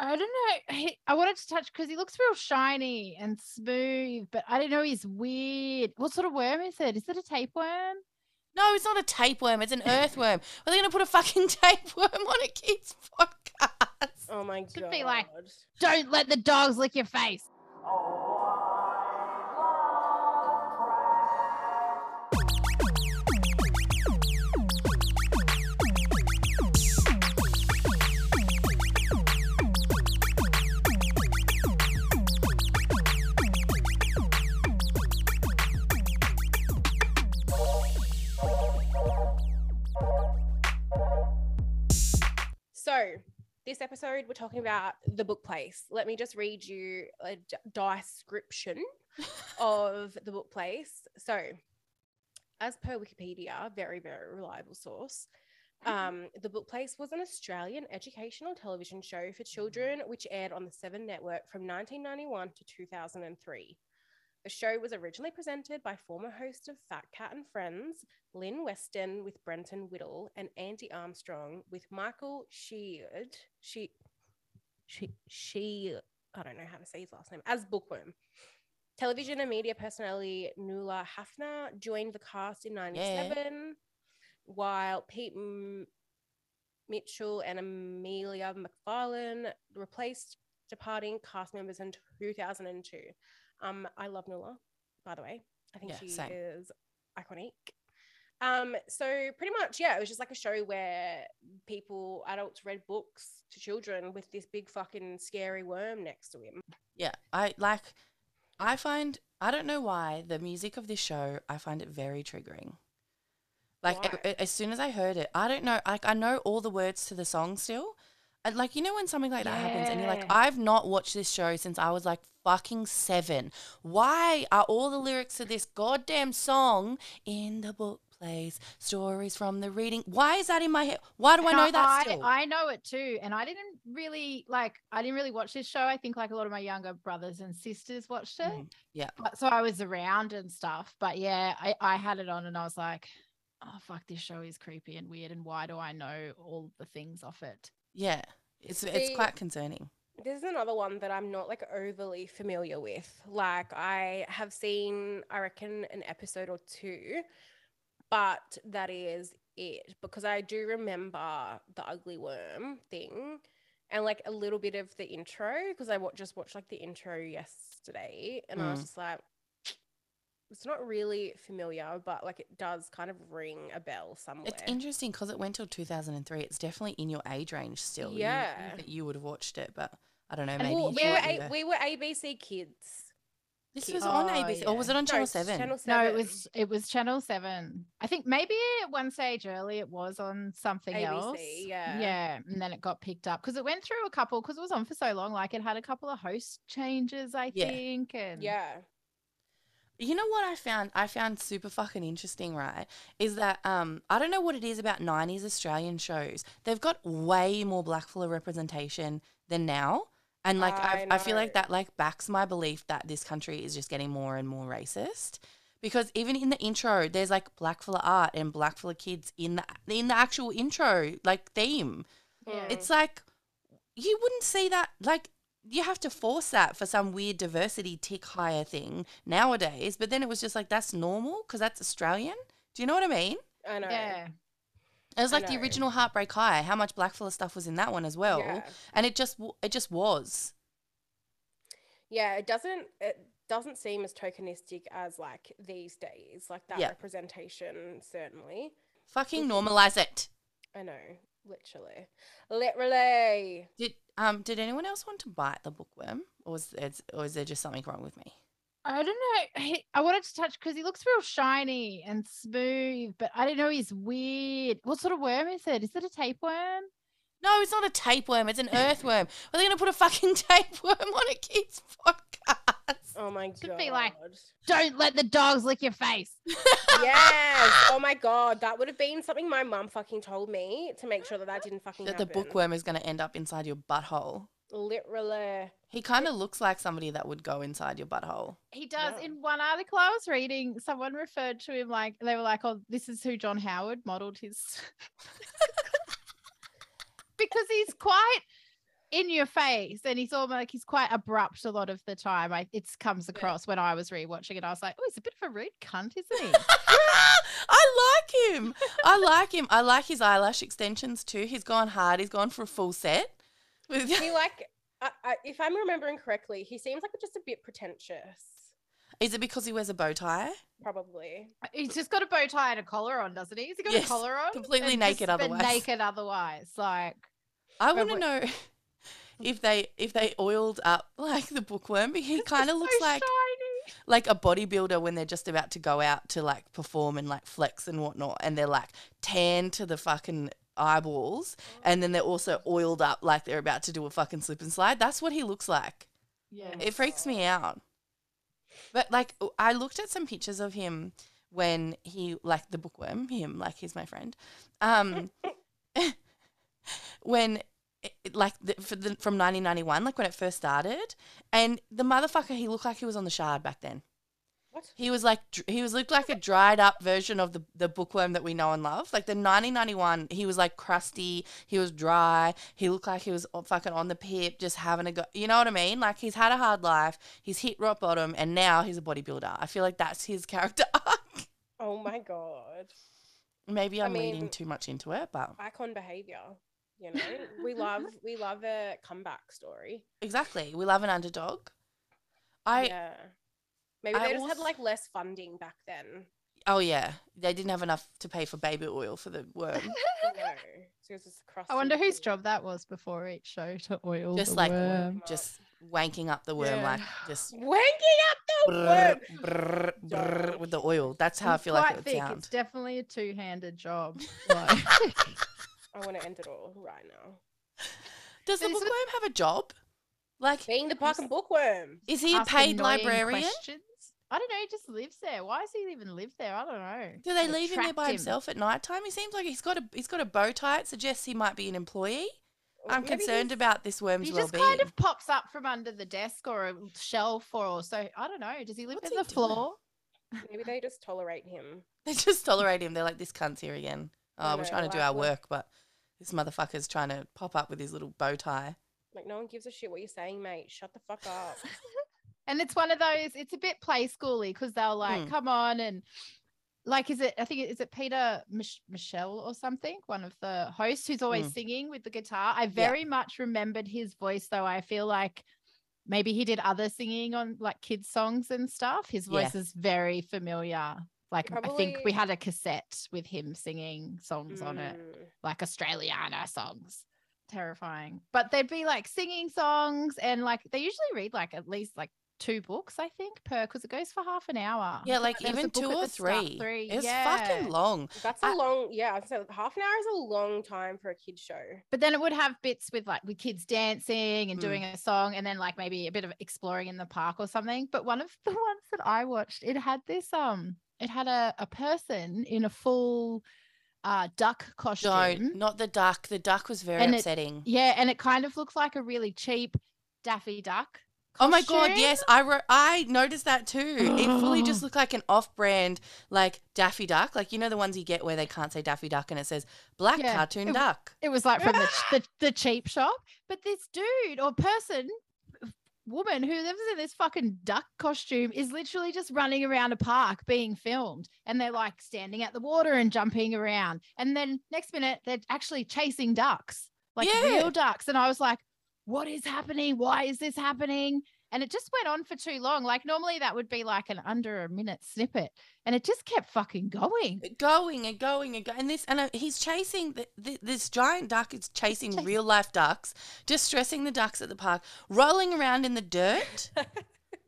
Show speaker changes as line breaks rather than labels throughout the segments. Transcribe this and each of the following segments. I don't know. He, I wanted to touch because he looks real shiny and smooth, but I don't know. He's weird. What sort of worm is it? Is it a tapeworm?
No, it's not a tapeworm. It's an earthworm. Are they going to put a fucking tapeworm on a kid's podcast?
Oh my god.
Should be like- Don't let the dogs lick your face.
So, this episode, we're talking about the book place. Let me just read you a d- description of the book place. So, as per Wikipedia, very, very reliable source, um, the book place was an Australian educational television show for children which aired on the Seven Network from 1991 to 2003. The show was originally presented by former host of Fat Cat and Friends, Lynn Weston with Brenton Whittle and Andy Armstrong with Michael Sheard. She, she, she, I don't know how to say his last name, as Bookworm. Television and media personality Nula Hafner joined the cast in 97, while Pete M- Mitchell and Amelia McFarlane replaced departing cast members in 2002. Um, I love Nula, by the way. I think
Yeah,
she
same.
is iconic. Um, so pretty much, yeah, it was just like a show where people, adults, read books to children with this big fucking scary worm next to him.
Yeah, I like. I find I don't know why the music of this show I find it very triggering. Like
Why?
a- a- as soon as I heard it, I don't know. Like I know all the words to the song still. And like you know when something like that happens and you're like,
Yeah.
I've not watched this show since I was like fucking seven. Why are all the lyrics to this goddamn song in the book plays stories from the reading? Why is that in my head? Why do I
And
know that
I,
still?
I know it too. And I didn't really like I didn't really watch this show. I think like a lot of my younger brothers and sisters watched it.
Mhm. Yeah.
But, so I was around and stuff. But yeah, I, I had it on and I was like, oh fuck, this show is creepy and weird. And why do I know all the things off it?
yeah, it's it's
See-
quite concerning.
This is another one that I'm not like overly familiar with. Like I have seen, I reckon, an episode or two, but that is it because I do remember the ugly worm thing and like a little bit of the intro because I wa- just watched like the intro yesterday and I was
Mm.
just like, it's not really familiar, but like it does kind of ring a bell somewhere.
It's interesting because it went till 2003. It's definitely in your age range still. You would think
Yeah.
that you would have watched it, but I don't know.
And
Maybe
Well,
you
we, were
thought you
a-
were-
we were ABC kids.
this
kids.
was on
Oh,
ABC, or was it on
No,
Channel
it's
7?
No,
Channel Seven.
it was it was Channel Seven. I think maybe at one stage early it was on something else.
ABC, yeah.
yeah, and then it got picked up because it went through a couple because it was on for so long. Like it had a couple of host changes, I
Yeah.
think. And
Yeah.
You know what I found? I found super fucking interesting, right? Is that um, I don't know what it is about 90s Australian shows. They've got way more blackfella representation than now. And like, I,
I
I feel like
know.
that like backs my belief that this country is just getting more and more racist. Because even in the intro, there's like blackfella art and blackfella kids in the in the actual intro like theme.
Yeah.
Mm.
It's like you wouldn't see that like you have to force that for some weird diversity tick higher thing nowadays, but then it was just like that's normal because that's Australian. Do you know what I mean?
I know.
yeah.
It was
I
like the
know.
original Heartbreak High. How much blackfella stuff was in that one as well,
Yeah.
and it just w- it just was.
Yeah, it doesn't it doesn't seem as tokenistic as like these days, like that
Yeah.
representation certainly.
Fucking normalize it.
I know, literally. Literally.
Did um did anyone else want to bite the bookworm, or was it's or is there just something wrong with me?
I don't know. He, I wanted to touch because he looks real shiny and smooth, but I don't know. He's weird. What sort of worm is it? Is it a tapeworm?
No, it's not a tapeworm. It's an earthworm. Are they going to put a fucking tapeworm on a kid's podcast?
Oh my god.
Should be like- Don't let the dogs lick your face.
Yes. Oh my god, that would have been something my mum fucking told me to make sure that that didn't fucking
that the
happen.
bookworm is going to end up inside your butthole.
Literally.
He kind of looks like somebody that would go inside your butthole.
He does.
No.
In one article I was reading, someone referred to him like they were like, "Oh, this is who John Howard modeled his," because he's quite in your face and he's almost like he's quite abrupt a lot of the time i it comes across when i was rewatching it i was like oh he's a bit of a rude cunt isn't he
I like him. I like him. I like his eyelash extensions too. He's gone hard. He's gone for a full set. With-
He like, I, I, if I'm remembering correctly, he seems like just a bit pretentious.
Is it because he wears a bow tie?
Probably.
he's just got a bow tie and a collar on doesn't he has he got
Yes,
a collar on
completely
And
naked
just been
otherwise.
naked otherwise like
I
But
want to
what-
know if they if they oiled up like the bookworm. but He kind of looks like like a bodybuilder when they're just about to go out to like perform and like flex and whatnot, and they're like tan to the fucking eyeballs, and then they're also oiled up like they're about to do a fucking slip and slide. That's what he looks like.
yeah
It freaks me out. But like o- I looked at some pictures of him when he like the bookworm, him, like he's my friend. Um when it- it- like the, for the, from 1991 like when it first started and the motherfucker he looked like he was on the shard back then
What?
he was like dr- he was looked like a dried up version of the, the bookworm that we know and love like the 1991 he was like crusty he was dry he looked like he was o- fucking on the pip just having a go you know what i mean like he's had a hard life he's hit rock bottom and now he's a bodybuilder i feel like that's his character arc
Oh my god.
maybe
I
i'm reading
mean-
too much into it but
Icon behavior. You know, we love we love a comeback story.
exactly we love an underdog i
yeah. Maybe
I
they just had
also-
like less funding back then.
oh yeah they didn't have enough to pay for baby oil for the worm
No. So it was just crusty
i wonder whose
looking.
job that was before each show to oil
just
the
like
worm.
just wanking up the worm
Yeah.
like just
Wanking up the
brrr,
worm.
brrr, brrr with the oil. That's how I
It's
feel like
quite
it would
thick.
sound.
It's definitely a two-handed job. Like,
I want to end it all right now.
Does the
Is it-
bookworm have a job? Like,
Being the fucking bookworm.
is he a
ask
paid
annoying
librarian?
Questions. I don't know. He just lives there. Why does he even live there? I don't know.
Do they
They
leave him there by
trapped
himself at night time? He seems like he's got a he's got a bow tie. It suggests he might be an employee. I'm
Maybe
concerned
he's-
about this worm's
He
well
just
being.
kind of pops up from under the desk or a shelf or so. I don't know. Does he live
What's
in
he
the
doing?
floor?
Maybe they just tolerate him.
They just tolerate him. They're like, this cunt's here again.
I
Oh, we're
know,
trying to do
like,
our
we're-
work, but this motherfucker's trying to pop up with his little bow tie.
Like no one gives a shit what you're saying, mate. Shut the fuck up.
And it's one of those. It's a bit play schooly because they'll like
Hmm.
come on and like is it? I think it- is it Peter Mich- Michelle or something? One of the hosts who's always
Mm.
singing with the guitar. I very much remembered his voice though. I feel like maybe he did other singing on like kids songs and stuff. His
Yeah.
voice is very familiar. Like I think we
Probably-
had a cassette with him singing songs on it
Mm.
like Australiana songs. Terrifying. But they'd be like singing songs and like they usually read like at least like two books, I think, per because it goes for half an hour.
Yeah, like
Oh, there was a
even
book
two
at
or
the start,
three.
three,
It's
yeah.
fucking long.
That's a
I-
long, yeah. So half an hour is a long time for a kid's show.
But then it would have bits with like with kids dancing and
Mm.
doing a song and then like maybe a bit of exploring in the park or something. But one of the ones that I watched, it had this um it had a, a person in a full uh duck costume.
No, not the duck. The duck was very
And it-
upsetting.
Yeah, and it kind of looks like a really cheap Daffy Duck.
Oh my god,
costume.
yes, I wrote, I noticed that too. It fully just looked like an off-brand like Daffy Duck, like you know the ones you get where they can't say Daffy Duck and it says black
Yeah,
cartoon
it w-
duck.
It was like from the, ch- the the cheap shop, but this dude or person, woman who lives in this fucking duck costume is literally just running around a park being filmed, and they're like standing at the water and jumping around, and then next minute they're actually chasing ducks, like
Yeah.
real ducks, and I was like, what is happening? Why is this happening? And it just went on for too long. Like normally that would be like an under a minute snippet, and it just kept fucking going.
Going and going and going. And this and uh, he's chasing the, th this giant duck is chasing
Chasing-
real life ducks, distressing the ducks at the park, rolling around in the dirt.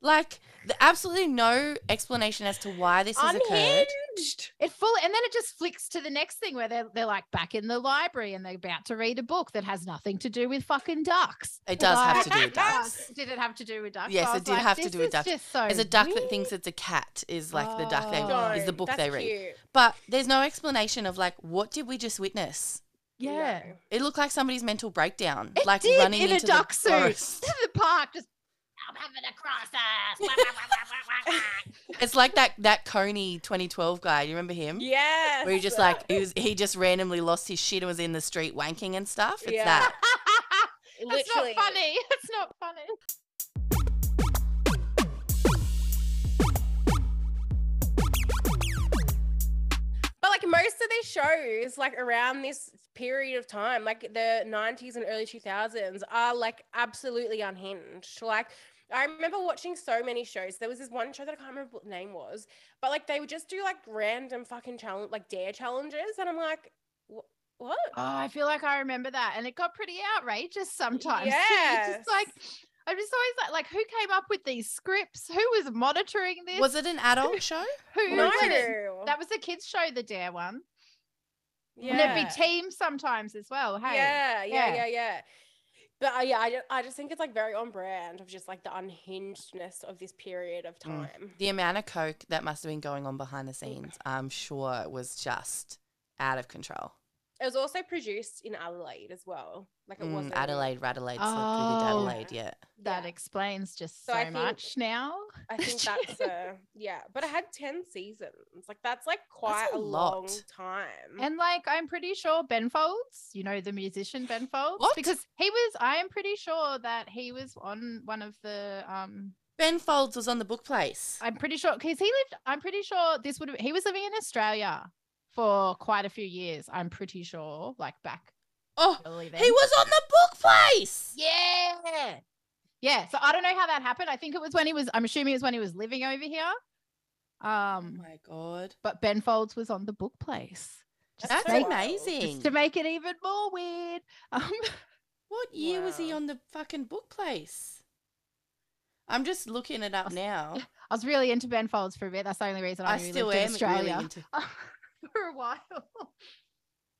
like the, absolutely no explanation as to why this has occurred.
Unhinged.
It full and then it just flicks to the next thing where they're they're like back in the library and they're about to read a book that has nothing to do with fucking ducks.
It does have to do with
Like,
ducks.
oh, Did it have to do with ducks?
Yes,
I
it
was
did have to
this
do with
is
ducks.
Just so
It's a duck
weird.
that thinks it's a cat is like the duck they
Oh,
is the
No,
book
that's
they read.
cute.
But there's no explanation of like what did we just witness?
Yeah.
No.
It looked like somebody's mental breakdown,
It
like
did
running
in a
into
duck
the
suit.
forest.
To the park, just I'm having a crisis.
It's like that that Coney 2012 guy. You remember him?
Yes.
Where he just like he was he just randomly lost his shit and was in the street wanking and stuff. It's that.
That's
literally.
not funny. It's not funny.
But like most of these shows, like around this period of time, like the 90s and early 2000s, are like absolutely unhinged. Like, I remember watching so many shows. There was this one show that I can't remember what the name was, but like they would just do like random fucking challenge, like dare challenges. And I'm like, "Wh- what?
Oh, I feel like I remember that. And it got pretty outrageous sometimes. too. It's
Yes.
just like, I'm just always like, like, who came up with these scripts? Who was monitoring this?
Was it an adult show?
who?
No.
did it? Oh,
Oh.
That was the kids' show, the Dare one.
yeah.
And it'd be teams sometimes as well. Hey.
yeah, yeah,
yeah.
yeah, yeah. But uh, yeah, I, ju- I just think it's like very on brand of just like the unhingedness of this period of time.
The amount of coke that must have been going on behind the scenes, I'm sure was just out of control.
It was also produced in Adelaide as well. Like it
Mm,
wasn't
Adelaide, Radelaide, slipped through the
Oh.
Adelaide yet.
That
Yeah.
explains just
So
so,
I think-
much now.
I think that's uh yeah, but it had ten seasons. Like that's like quite
a
a, long
lot.
time.
And like, I'm pretty sure Ben Folds, you know, the musician Ben Folds,
What?
because he was, I am pretty sure that he was on one of the, um,
Ben Folds was on the book place.
I'm pretty sure, because he lived, I'm pretty sure this would have, he was living in Australia for quite a few years. I'm pretty sure, like back
oh,
early then.
he was on the book place.
Yeah. Yeah. So I don't know how that happened. I think it was when he was, I'm assuming it was when he was living over here.
Oh
Um,
my god,
but Ben Folds was on the book place. Just
that's
to make-
wild.
amazing.
just to make it even more weird. Um,
What year was he
Wow.
on the fucking book place? I'm just looking it up
Aus-
now.
I was really into Ben Folds for a bit. That's the only reason I,
I
knew he
still
lived in
am really
Australia
into.
for a while.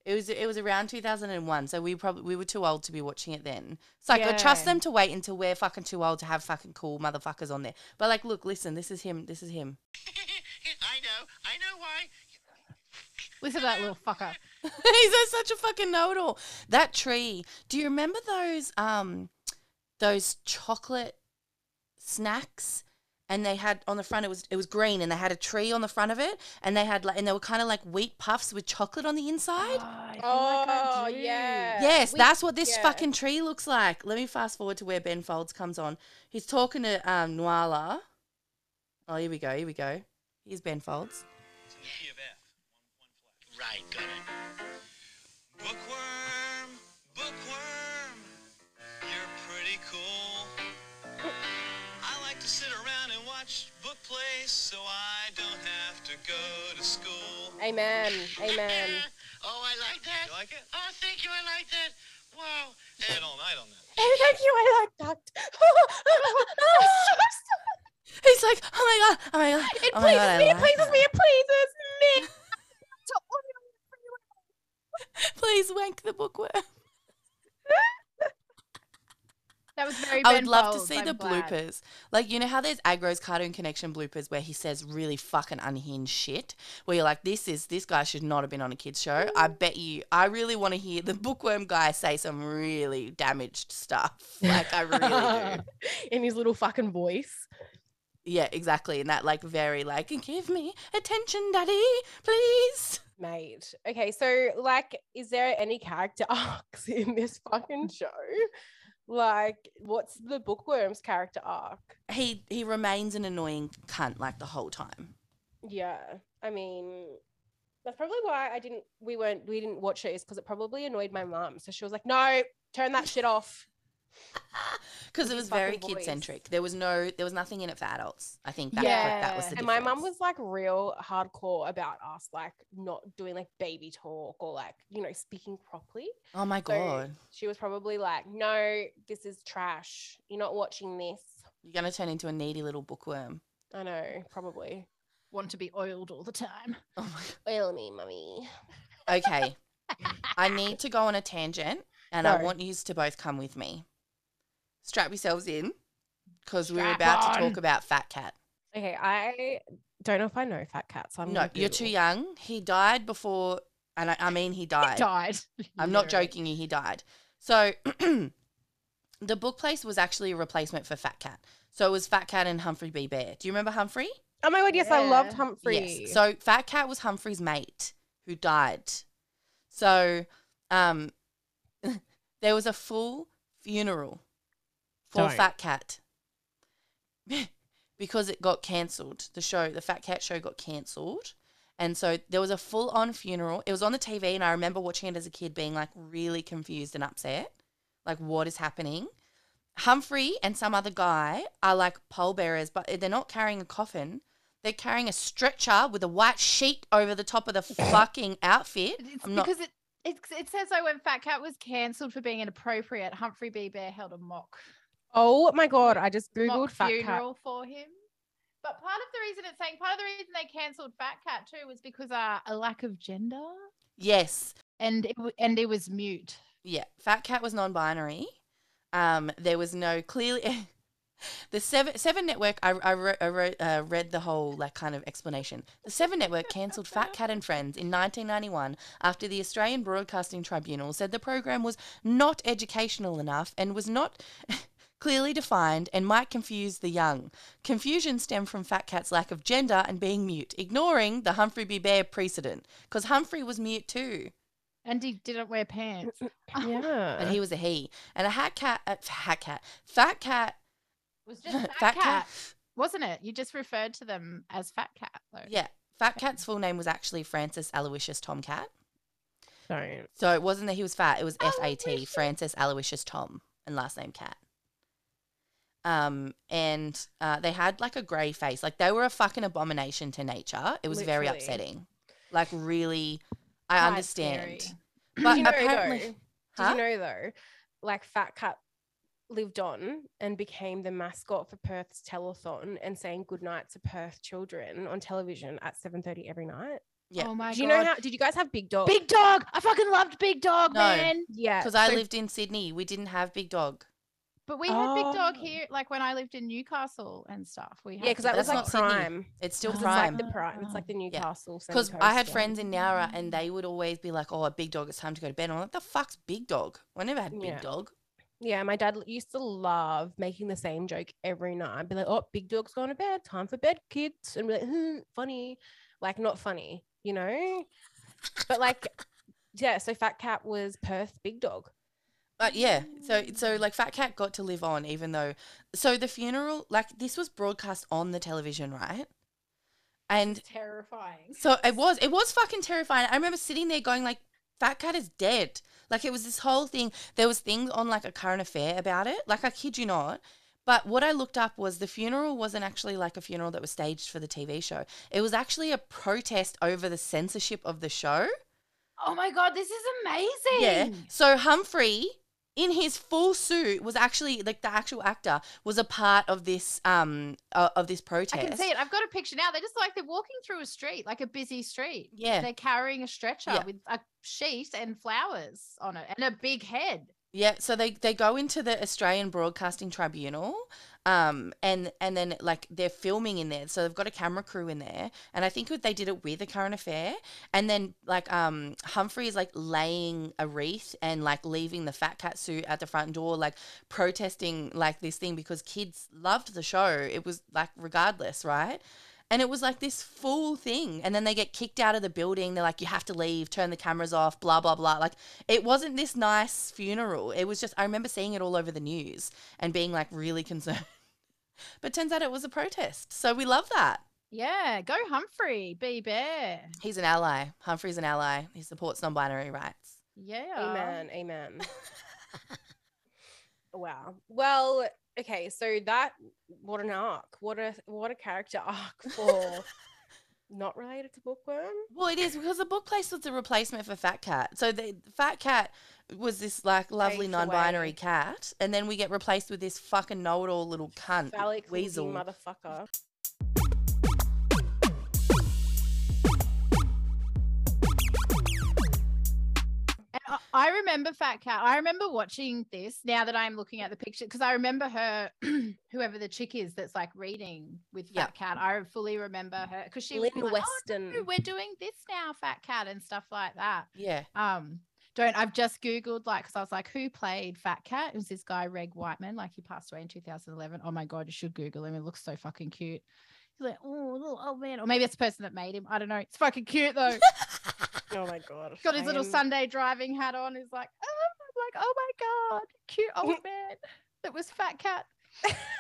It was it was around 2001, so we probably we were too old to be watching it then. It's like I trust
Yeah.
them to wait until we're fucking too old to have fucking cool motherfuckers on there. But like, look, listen, this is him. This is him.
I know, I know why.
Listen to that little fucker.
He's a- such a fucking know-it-all. That tree. Do you remember those um those chocolate snacks? And they had on the front it was it was green and they had a tree on the front of it and they had like and they were kind of like wheat puffs with chocolate on the inside.
oh yeah.
Yes,
We-
that's what this
yeah.
fucking tree looks like. Let me fast forward to where Ben Folds comes on. He's talking to um, Nuala. Oh, here we go. Here we go. Here's Ben Folds.
E Right, got it. Bookworm, bookworm, you're pretty cool. I like to sit around and watch book plays so I don't have to go to school.
Amen. Amen.
oh, I like that. You like it? Oh, thank you, I like that. Wow. And all night on that.
Thank you, I like that.
He's like, oh my god, oh my god,
it
oh my
pleases
god, I
me, it
like
pleases
that.
me, it pleases me.
Please wank the bookworm.
That was very.
I
ben
would love
Folds,
to see
I'm
the
glad.
bloopers. Like, you know how there's Agro's Cartoon Connection bloopers where he says really fucking unhinged shit? Where you're like, this is, this guy should not have been on a kid's show. I
Mm.
bet you, I really want to hear the bookworm guy say some really damaged stuff. Like, I really do.
In his little fucking voice.
Yeah, exactly. And that, like, very, like, give me attention, daddy, please.
Mate. Okay, so like, is there any character arcs in this fucking show? Like, what's the bookworm's character arc?
He, he remains an annoying cunt, like, the whole time.
Yeah, I mean, that's probably why I didn't. We weren't. We didn't watch it is because it probably annoyed my mum. So she was like, "No, turn that shit off."
Because it
his
was very
fucking voice.
kid centric. There was no, there was nothing in it for adults. I think that, that was
Yeah.
the
And my mum
difference.
was like real hardcore about us like not doing like baby talk or like you know speaking properly.
Oh my
So
god.
she was probably like, "No, this is trash. You're not watching this."
You're gonna turn into a needy little bookworm.
I know, probably.
Want to be oiled all the time.
Oh my
Oil me, mummy.
god. Okay. I need to go on a tangent and I
Go.
want you to both come with me. Strap yourselves in because we're
Strap
about to
on.
talk about Fat Cat.
Okay, I don't know if I know Fat Cat, so I'm
no,
gonna
you're too
Google.
young. He died before, and I, I mean, he died.
Died.
I'm not
You're right.
joking you, he died. So the book place was actually a replacement for Fat Cat. So it was Fat Cat and Humphrey B. Bear. Do you remember Humphrey?
Oh my god, yes, I loved
Yeah.
Humphrey.
Yes. So Fat Cat was Humphrey's mate who died. So um, there was a full funeral for
Don't.
Fat Cat because it got cancelled. The show, the Fat Cat show, got cancelled. And so there was a full on funeral. It was on the TV, and I remember watching it as a kid being like really confused and upset. Like, what is happening? Humphrey and some other guy are like pole bearers, but they're not carrying a coffin. They're carrying a stretcher with a white sheet over the top of the fucking outfit.
It's
I'm not
because it, it it says though when Fat Cat was cancelled for being inappropriate, Humphrey B. Bear held a mock
Oh my god, I just
mock
googled fat cat.
funeral for him. But part of the reason it's saying part of the reason they cancelled Fat Cat too was because uh, a lack of gender
Yes.
and it, w- and it was mute.
Yeah. Fat Cat was non binary. Um, there was no clearly. the Seven, Seven Network, I, I, wrote, I wrote, uh, read the whole like kind of explanation. The Seven Network cancelled Fat Cat and Friends in 1991 after the Australian Broadcasting Tribunal said the program was not educational enough and was not clearly defined and might confuse the young. Confusion stemmed from Fat Cat's lack of gender and being mute, ignoring the Humphrey B. Bear precedent because Humphrey was mute too.
And he didn't wear pants.
but
Yeah.
he was a he. And a hat cat, a hat cat, fat cat,
It was just Fat,
fat
cat,
cat.
wasn't it? You just referred to them as Fat Cat though.
Yeah, fat cat's full name was actually Francis Aloysius Tomcat.
Don't.
So it wasn't that he was fat; it was F A T, Francis Aloysius Tom, and last name Cat. Um, and uh, they had like a grey face, like they were a fucking abomination to nature. It was very
Literally.
upsetting, like really. I
Quite
understand,
scary.
but
you know,
apparently,
though,
Huh?
Did you know though, like Fat Cat lived on and became the mascot for Perth's telethon and saying goodnight to Perth children on television at 7:30 every night.
Yeah. Oh.
Oh my
Do you
god.
know how did you guys have big dog?
Big dog. I fucking loved Big Dog,
No.
man.
yeah.
because I
so-
lived in Sydney, we didn't have big dog.
But we had Big Dog
Oh.
here, like when I lived in Newcastle and stuff. We had
Yeah, because
Big
that was
That's
Dog.
like
not Sydney.
prime.
It's still
'Cause it's
prime.
like the prime. It's like the Newcastle. Sunny
Because I had
Coast one.
friends in Nowra and they would always be like, "Oh, a big dog, it's time to go to bed." I'm like, "The fuck's big dog? I never had big
Yeah.
dog."
Yeah, my dad l- used to love making the same joke every night. Be like, "Oh, big dog's gone to bed. Time for bed, kids," and be like, hmm, "Funny," like not funny, you know. But like, yeah. So Fat Cat was Perth big dog.
But yeah, so so like Fat Cat got to live on, even though. So the funeral, like this was broadcast on the television, right? And
terrifying.
so it was, it was fucking terrifying. I remember sitting there going, like, Fat Cat is dead. Like it was this whole thing. There was things on like a current affair about it. Like I kid you not. But what I looked up was the funeral wasn't actually like a funeral that was staged for the TV show. It was actually a protest over the censorship of the show.
Oh my god, this is amazing.
Yeah. So Humphrey, in his full suit, was actually like the actual actor was a part of this um uh, of this protest.
I can see it. I've got a picture now. They're just like they're walking through a street, like a busy street.
Yeah.
They're carrying a stretcher
Yeah.
with a sheet and flowers on it and a big head.
Yeah, so they, they go into the Australian Broadcasting Tribunal, um, and and then like they're filming in there, so they've got a camera crew in there, and I think what they did it with a current affair, and then like um Humphrey is like laying a wreath and like leaving the fat cat suit at the front door, like protesting like this thing because kids loved the show. It was like regardless, right? And it was like this full thing, and then they get kicked out of the building. They're like, you have to leave, turn the cameras off, blah blah blah. Like it wasn't this nice funeral. It was just I remember seeing it all over the news and being like really concerned. but turns out it was a protest. So we love that.
Yeah. Go Humphrey, be bear.
He's an ally. Humphrey's an ally. He supports non-binary rights.
Yeah.
Amen. Amen. wow. Well, okay. So that what an arc. What a what a character arc for. Not related to bookworm.
Well, it is because the book place was the replacement for Fat Cat. So the Fat Cat was this like lovely
Fades
non-binary
away.
cat, and then we get replaced with this fucking know-it-all little cunt
Phallic looking
weasel.
motherfucker.
And I- I remember Fat Cat. I remember watching this now that I'm looking at the picture because I remember her, whoever the chick is that's like reading with Fat
Yeah.
Cat. I fully remember her because she was
Mm. Lynn
like, "Oh,
Weston.
no, we're doing this now, Fat Cat, and stuff like that.
yeah.
Um, don't I've just googled like because I was like, who played Fat Cat? It was this guy Reg Whiteman. Like he passed away in 2011. Oh my god, you should Google him. He looks so fucking cute. He's like, oh little old man, or maybe it's the person that made him. I don't know. It's fucking cute though.
Oh my god.
Got his little
I am-
Sunday driving hat on. He's like, oh, like, oh my god, cute old man that was fat cat.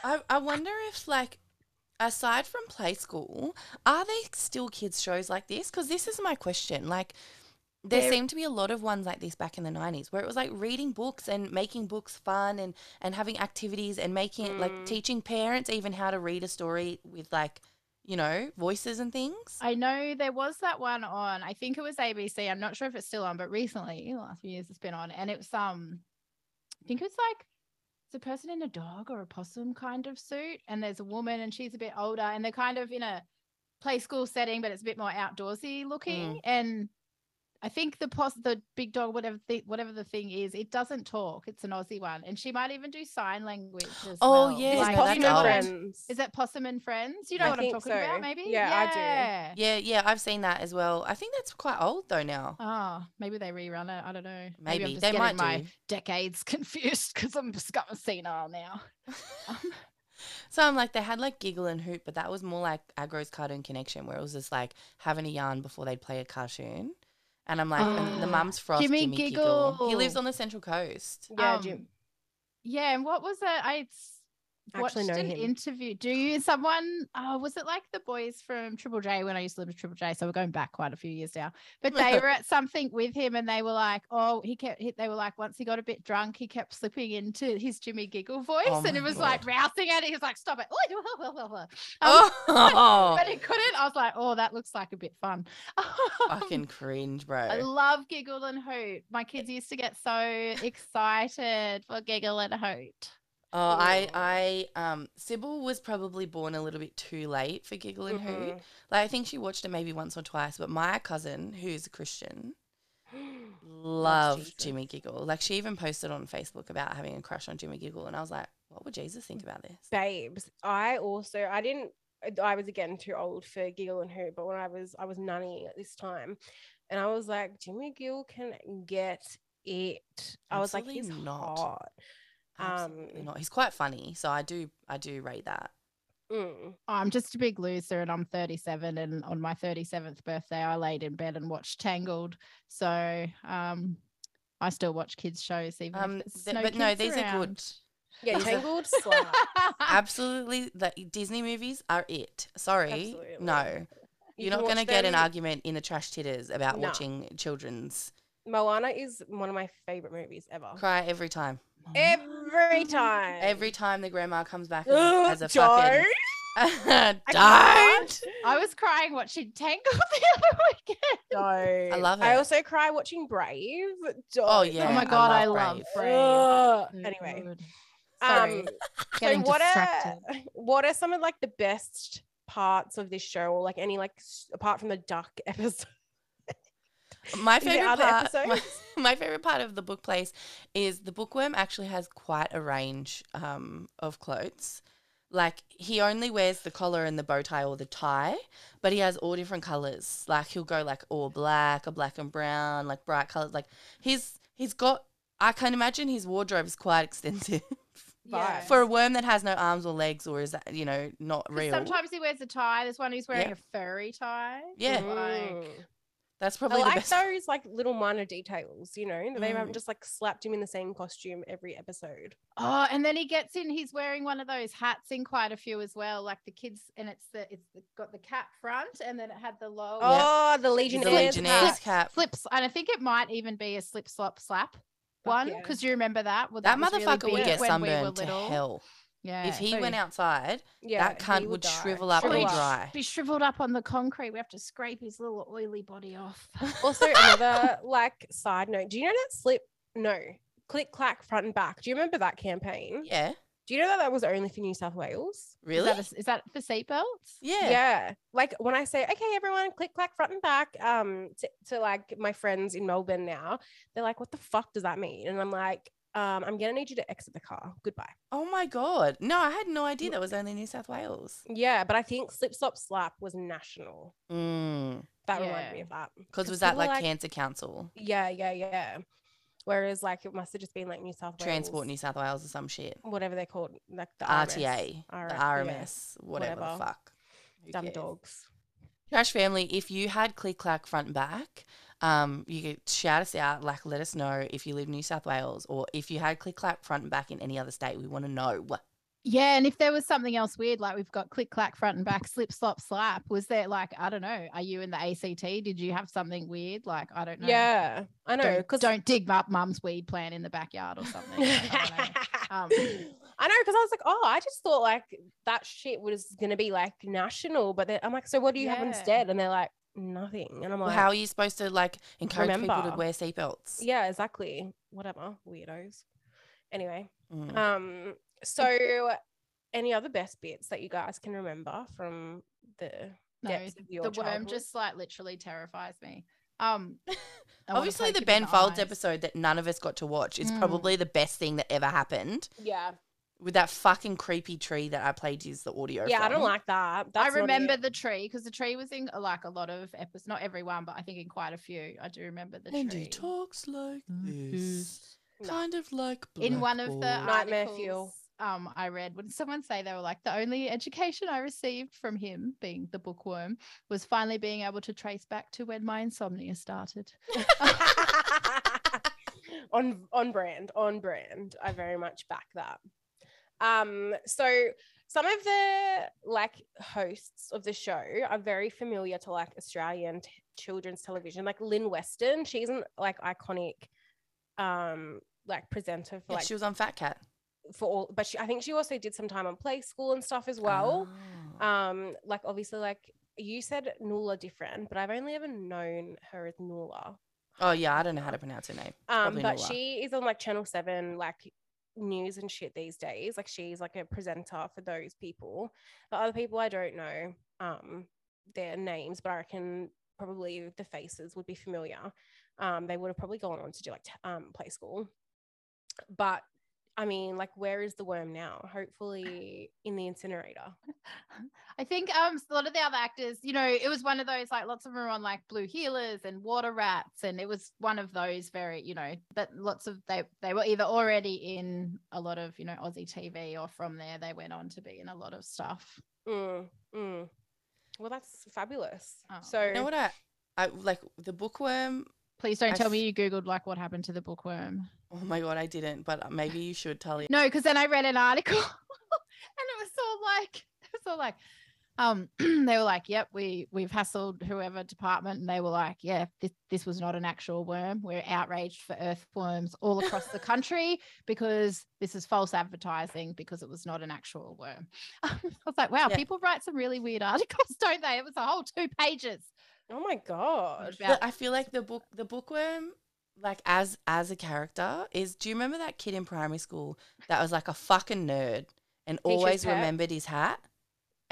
I, I wonder if like aside from play school are there still kids shows like this because this is my question like there,
There-
seemed to be a lot of ones like this back in the 90s where it was like reading books and making books fun and and having activities and making it like
Hmm.
Mm.
teaching parents even how to read a story with like you know voices and things
I know there was that one on. I think it was ABC. I'm not sure if it's still on, but recently, in the last few years, it's been on, and it was um, I think it's like it's a person in a dog or a possum kind of suit, and there's a woman, and she's a bit older, and they're kind of in a play school setting, but it's a bit more outdoorsy looking,
Mm.
and I think the pos the big dog, whatever the whatever the thing is, it doesn't talk. It's an Aussie one, and she might even do sign language. As
Oh,
well.
yeah,
It's
like,
Possum
that's
and
old.
Friends.
Is that possum and friends? You know
I
what I'm
think
talking
so.
about, maybe.
Yeah, I do.
Yeah.
yeah yeah i've seen that as well i think that's quite old though now
Oh, maybe they rerun it. I don't know.
maybe,
I'm just
they
getting
might
my
do
decades confused because I'm just got senile now. Um,
So I'm like, they had like Giggle and Hoot, but that was more like Agro's Cartoon Connection, where it was just like having a yarn before they'd play a cartoon. And I'm like, and the
Ah,
mum's Frost,
Jimmy
Jimmy, Giggle. He lives
Giggle.
on the Central Coast.
Yeah,
um,
Jim.
yeah, and what was it? I s-
Actually
watched
know
an
him.
interview. Do you someone? Oh, was it like the boys from Triple J when I used to live with Triple J? So we're going back quite a few years now. But they were at something with him, and they were like, "Oh, he kept." He, they were like, once he got a bit drunk, he kept slipping into his Jimmy Giggle voice,
Oh
and
my
it was like
God.
rousing at it. He was like, "Stop it!" Um,
oh,
But he couldn't. I was like, "Oh, that looks like a bit fun."
fucking cringe,
I
bro.
love Giggle and Hoot. My kids used to get so excited for Giggle and Hoot.
Oh, I, I, um, Sybil was probably born a little bit too late for Giggle and Hoot.
Mhm.
Like, I think she watched it maybe once or twice, but my cousin, who's a Christian, loved
Mm-hmm. Jesus.
Jimmy Giggle. Like, she even posted on Facebook about having a crush on Jimmy Giggle. And I was like, what would Jesus think about this?
Babes. I also I didn't uh, I was again too old for Giggle and Hoot, but when I was I was nanny at this time and I was like, Jimmy Gill can get it. I was like,
Absolutely
he's
not.
hot.
Absolutely
Um,
not. He's quite funny, so I do I do rate that.
Mm.
I'm just a big loser and I'm 37. And on my 37th birthday, I laid in bed and watched Tangled. So um, I still watch kids' shows, even
Um,
if it's
th-
no
but no,
kids
these are good.
around.
Yeah,
He's a-
Tangled slap. Ah.
Absolutely, the Disney movies are it. Sorry,
Absolutely.
no,
You
you're
can
not going to
watch
get an
them.
argument in the trash titters about
No.
watching children's
Moana is one of my favorite movies ever.
cry every time.
Every time.
Every time the grandma comes back as, a-
Ugh,
as a
Joe.
fucking
can't.
don't.
I was crying watching Tangled the other weekend.
I
love
I
it.
also cry watching Brave.
Oh
Don't.
yeah,
oh my God, I love,
Brave.
Brave.
Ugh.
So
Anyway,
good.
um, so
Getting
what are
distracted.
what are some of like the best parts of this show, or like any like s- apart from the duck episode?
My
Is there
favorite
other
part, my,
episodes?
my favorite part of the book place is the bookworm actually has quite a range um, of clothes. Like he only wears the collar and the bow tie or the tie, but he has all different colors. Like he'll go like all black, a black and brown, like bright colors. Like he's he's got. I can imagine his wardrobe is quite extensive
Yeah.
for a worm that has no arms or legs or is you know not
'Cause
real.
Sometimes he wears a tie. There's one who's wearing
Yeah.
a furry tie.
yeah,
Like,
Mm.
that's
I
probably the
like
best.
those like little minor details, you know, that they
Mm.
haven't just like slapped him in the same costume every episode.
Oh, and then he gets in. He's wearing one of those hats in quite a few as well, like the kids, and it's the it's the, got the cap front, and then it had the lower
Oh, the
He's a
Legionnaires.
Legionnaires
hat.
cap.
slips, and I think it might even be a slip slop slap one
yeah.
because you remember that. Well,
That
was really
motherfucker would
big
get
when we were
sunburned to
little.
hell.
Yeah,
If he
so
went outside,
Yeah,
that cunt
he
would
die.
shrivel up
and
Shrivel
be
dry.
be shriveled up on the concrete. We have to scrape his little oily body off.
Also, another like side note. Do you know that slip? No, click clack front and back. Do you remember that campaign?
yeah,
Do you know that that was only for New South Wales?
Is
really?
that, a s- is that for seatbelts?
yeah.
Like when I say, okay, everyone, click clack front and back, um, to, to like my friends in Melbourne now, they're like, what the fuck does that mean? And I'm like, um, I'm gonna need you to exit the car. Goodbye.
Oh my god. No, I had no idea that was only New South Wales.
Yeah, but I think slip slop slap was national.
Mm.
That reminded me
Yeah.
of that.
Because was
they
that
were
like,
like-
Cancer Council,
Yeah, yeah, yeah. Whereas like it must have just been like New South Wales.
Transport New South Wales, or some shit?
whatever they're called, like the
The
RMS,
RTA, the
RF, yeah,
RMS, whatever, the
whatever.
fuck. Who
dumb
cares?
dogs.
Trash family. If you had click clack front and back, Um, you could shout us out, like let us know if you live in New South Wales or if you had click clack front and back in any other state. We want to know.
Yeah, and if there was something else weird, like we've got click clack front and back, slip slop slap, was there like I don't know? Are you in the ACT? Did you have something weird? Like I don't know.
Yeah, I know.
Don't,
Because
don't dig up mum's weed plant in the backyard or something. Like, I don't know.
I know
Um,
because I was like, oh, I just thought like that shit was gonna be like national, but then I'm like, so what do you have
Yeah.
instead? And they're like, nothing. And I'm
Well,
like,
how are you supposed to like encourage people
Remember.
to wear seatbelts?
yeah, exactly. Whatever, weirdos. Anyway,
Mm.
um, so any other best bits that you guys can remember from the
no,
depths of your
the worm
childhood?
just like literally terrifies me. Um, I wanna
Obviously,
poke
the
it in
Ben Folds
eyes.
episode that none of us got to watch is
Mm.
probably the best thing that ever happened
yeah,
with that fucking creepy tree that I played you the audio.
yeah. I
from.
don't like that. That's
I
not it.
remember the tree because the tree was in uh, like a lot of episodes, not everyone, but I think in quite a few. I do remember the
And
tree.
he talks like
Mm.
this,
No.
Mm-hmm. kind of like
in one of the
Blackboard.
Nightmare
articles,
fuel.
Um, I read when someone say they were like the only education I received from him, being the bookworm, was finally being able to trace back to when my insomnia started.
on on brand, on brand. I very much back that. Um, so some of the like hosts of the show are very familiar to like Australian t- children's television, like Lynn Weston. She's an like iconic, um, like presenter for
Yeah,
like
she was on Fat Cat.
for all, but she, I think she also did some time on Play School and stuff as well.
Oh.
Um, like obviously, like you said, Nula different, but I've only ever known her as Nula.
Oh, yeah, I don't know how to pronounce her name.
Um,
Probably
but
Nula.
she is on like Channel Seven, like news and shit these days. Like she's like a presenter for those people. The other people I don't know um their names, but I reckon probably the faces would be familiar. Um, they would have probably gone on to do like t- um play school, but. I mean, like, where is the worm now? Hopefully, in the incinerator.
I think um a lot of the other actors, you know, it was one of those like lots of them were on like blue healers and water rats, and it was one of those very, you know, that lots of they they were either already in a lot of you know Aussie TV or from there they went on to be in a lot of stuff.
Mm, mm. Well, that's fabulous.
Oh.
So,
You know what I, I like the bookworm.
Please don't
I
tell me
f-
you googled like what happened to the bookworm.
Oh my god, I didn't, but maybe you should tell you.
No, because then I read an article and it was all like, it was all like, um, they were like, yep, we we've hassled whoever department, and they were like, yeah, this this was not an actual worm. We're outraged for earthworms all across the country because this is false advertising because it was not an actual worm. I was like, wow,
Yeah.
people write some really weird articles, don't they? It was a whole two pages
oh my god,
about
But I feel like the book, the bookworm, like as as a character, is. Do you remember that kid in primary school that was like a fucking nerd and always
pet.
remembered his hat?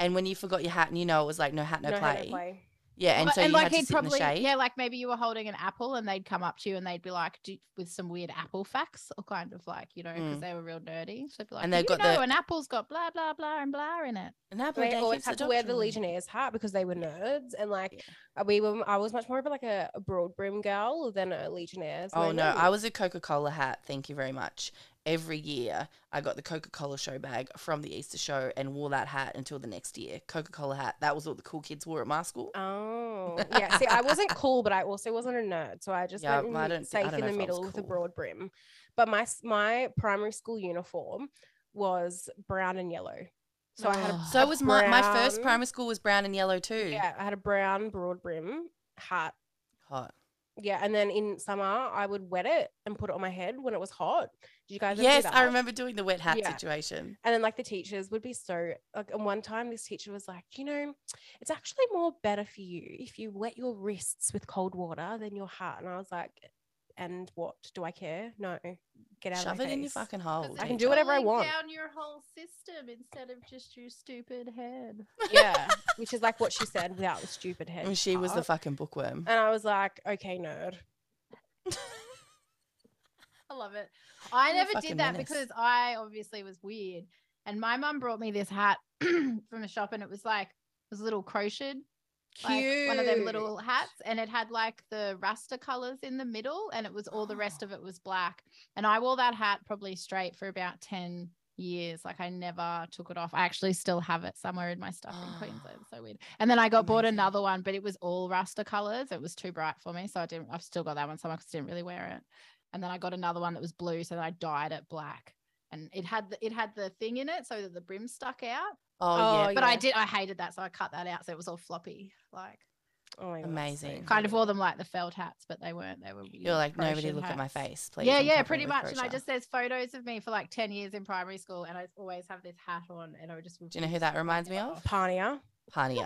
And when you forgot your hat, and you know it was like no hat, no,
no
play.
hand to play.
Yeah, and
Well,
so you had to sit in the shade.
yeah, like maybe you were holding an apple and they'd come up to you and they'd be like, Do, with some weird apple facts or kind of like, you know, because
Mm.
they were real nerdy. So they'd be like,
And
"Do
they've
you
got
know,
the-
an apple's got blah blah blah and blah in it.
And that
They
boy
always
gets
had oh, to wear the
adoption.
Legionnaires hat because they were nerds, and like
Yeah.
uh, we were. I was much more of like a, a broad brim girl than a Legionnaires.
Oh no, I was a Coca Cola hat. Thank you very much. Every year, I got the Coca Cola show bag from the Easter show and wore that hat until the next year. Coca Cola hat. That was what the cool kids wore at my school.
Oh yeah, see, I wasn't cool, but I also wasn't a nerd, so I just
Yeah,
went in
well, I
the-
don't thi- I
safe
don't
in
know
the
if I was
middle with a
cool.
broad brim. But my s- my primary school uniform was brown and yellow, so I had a
Oh.
So was my my first
brown-
primary school was brown and yellow too.
yeah, I had a brown broad brim hat.
Hot.
Yeah, and then in summer I would wet it and put it on my head when it was hot. Did you guys? ever do
Yes, I
that?
remember doing the wet hat
Yeah.
situation.
And then like the teachers would be so like and one time this teacher was like, you know, it's actually more better for you if you wet your wrists with cold water than your heart. And I was like, and what? Do I care? No. Get out
Shove
of
it
my
in your
face.
fucking hole.
I can
teacher.
do whatever I want.
Down your whole system instead of just your stupid head.
yeah. Which is like what she said without the stupid head.
And she was the
part.
fucking bookworm.
and I was like, okay, nerd.
I love it. I
You're a
never
fucking
did that
menace.
because I obviously was weird. And my mum brought me this hat from the shop and it was like, it was a little crocheted like one of them
Cute.
little hats and it had like the rasta colors in the middle and it was all the rest of it was black and i wore that hat probably straight for about 10 years. Like I never took it off. I actually still have it somewhere in my stuff in
Ah.
Queensland. So weird. And then I got bought
Amazing.
another one, but it was all Rasta colors. It was too bright for me. So I didn't, I've still got that one somewhere because I didn't really wear it. And then I got another one that was blue. So then I dyed it black. And it had the, it had the thing in it so that the brim stuck out.
Oh,
Oh,
yeah.
But I
yeah.
did I hated that, so I cut that out. So it was all floppy. Like
Oh my God,
Amazing.
so
kind of
funny.
wore them like the felt hats, but they weren't. They were
You're like, nobody
crochet
look at my
hats."
face, please.
yeah,
I'm
yeah,
covered
pretty
with
much. And I
crochet."
just there's photos of me for like ten years in primary school, and I always have this hat on, and I would just.
Do you know who that reminds me of?
Pania.
Pania.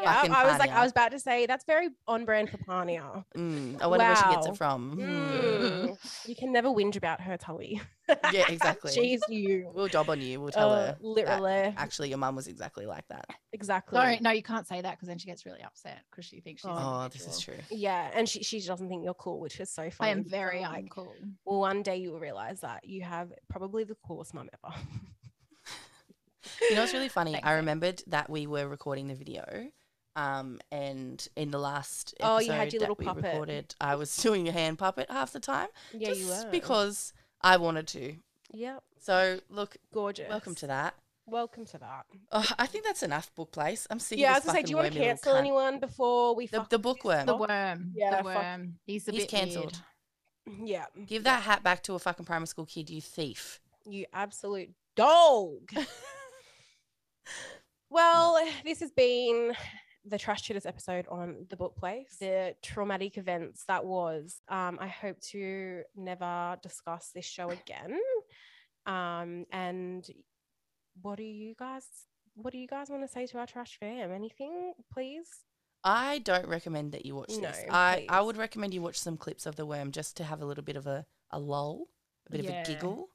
Yeah,
Fucking
I was like,
Pania.
I was about to say that's very on brand for Pania.
Mm, I wonder where she gets
Wow.
it from. Hmm.
Mm. You can never whinge about her, Tully.
Mm. Yeah, exactly.
She's you.
We'll job on you. We'll tell
Uh,
her.
Literally.
Actually, your mum was exactly like that.
Exactly.
Sorry, no, you can't say that because then she gets really upset because she thinks she's. an
Oh, this is
individual.
true.
Yeah, and she, she doesn't think you're cool, which is so funny.
I am
because
very
I'm like,
uncool.
well, one day you will realize that you have probably the coolest mum ever.
You know, it's really funny.
Thanks,
I remembered that we were recording the video. Um, and in the last episode
Oh, you had your
that
little
we
puppet.
recorded, I was doing a hand puppet half the time.
Yeah,
just
you were.
because I wanted to.
yeah,
So look,
gorgeous.
welcome to that.
welcome to that.
Oh, I think that's enough book place. I'm sick.
yeah, I
of
was
this
gonna say, do you want to cancel
anyone?
anyone before we?
The,
fuck-
the bookworm.
The worm.
Yeah,
the
fuck.
worm. He's a
He's
bit weird.
cancelled.
yeah,
Give that hat back to a fucking primary school kid, you thief.
you absolute dog. well, this has been the trash shooters episode on the book place the traumatic events that was um, i hope to never discuss this show again um, and what do you guys what do you guys want to say to our trash fam anything please
I don't recommend that you watch
No,
this. I, I
please.
would recommend you watch some clips of the worm just to have a little bit of a, a lull, a bit
Yeah.
of a giggle.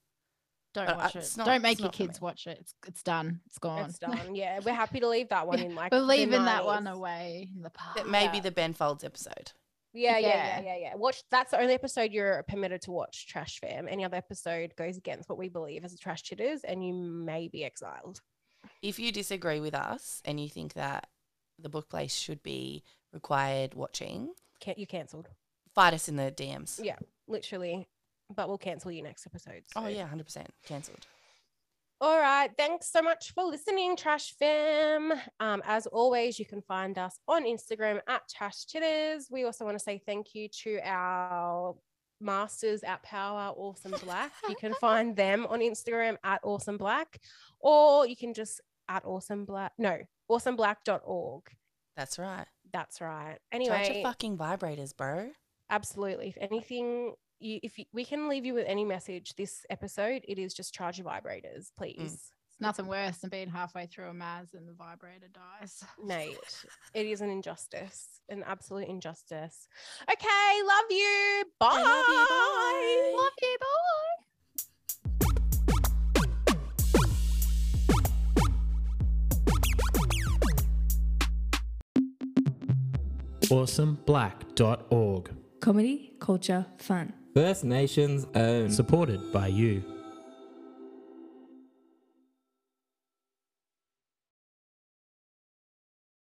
Don't
But I-
watch it.
it's not-
Don't make
it's
your
not for me.
kids watch it. It's it's done. It's gone.
it's done yeah we're happy to leave that one
Yeah,
in like the
We're leaving that one
90s.
away in the past.
That may be
Yeah.
the Ben Folds episode.
Yeah, yeah, yeah,
Yeah.
yeah, yeah. Watch that's the only episode you're permitted to watch, Trash Fam. Any other episode goes against what we believe as trash chitters, and you may be exiled.
If you disagree with us and you think that the book place should be required watching,
Can- you're cancelled,
fight us in the DMs.
Yeah. literally. But we'll cancel you next episode.
Oh
so.
yeah, hundred percent cancelled.
All right. Thanks so much for listening, Trash Fam. Um, as always, you can find us on Instagram at Trash Chitters. We also want to say thank you to our masters at Power Awesome Black. You can find them on Instagram at Awesome Black, or you can just at Awesome Black. No, awesomeblack.org.
That's right.
That's right.
Charge
Anyway,
your fucking vibrators, bro.
absolutely. If anything, you, if you, we can leave you with any message this episode, it is just charge your vibrators, please.
It's nothing worse than being halfway through a Maz and the vibrator dies.
mate it is an injustice an absolute injustice okay love you bye,
I
Love you, bye.
awesomeblack.org.
Comedy, culture, fun.
First Nations own.
Supported by you.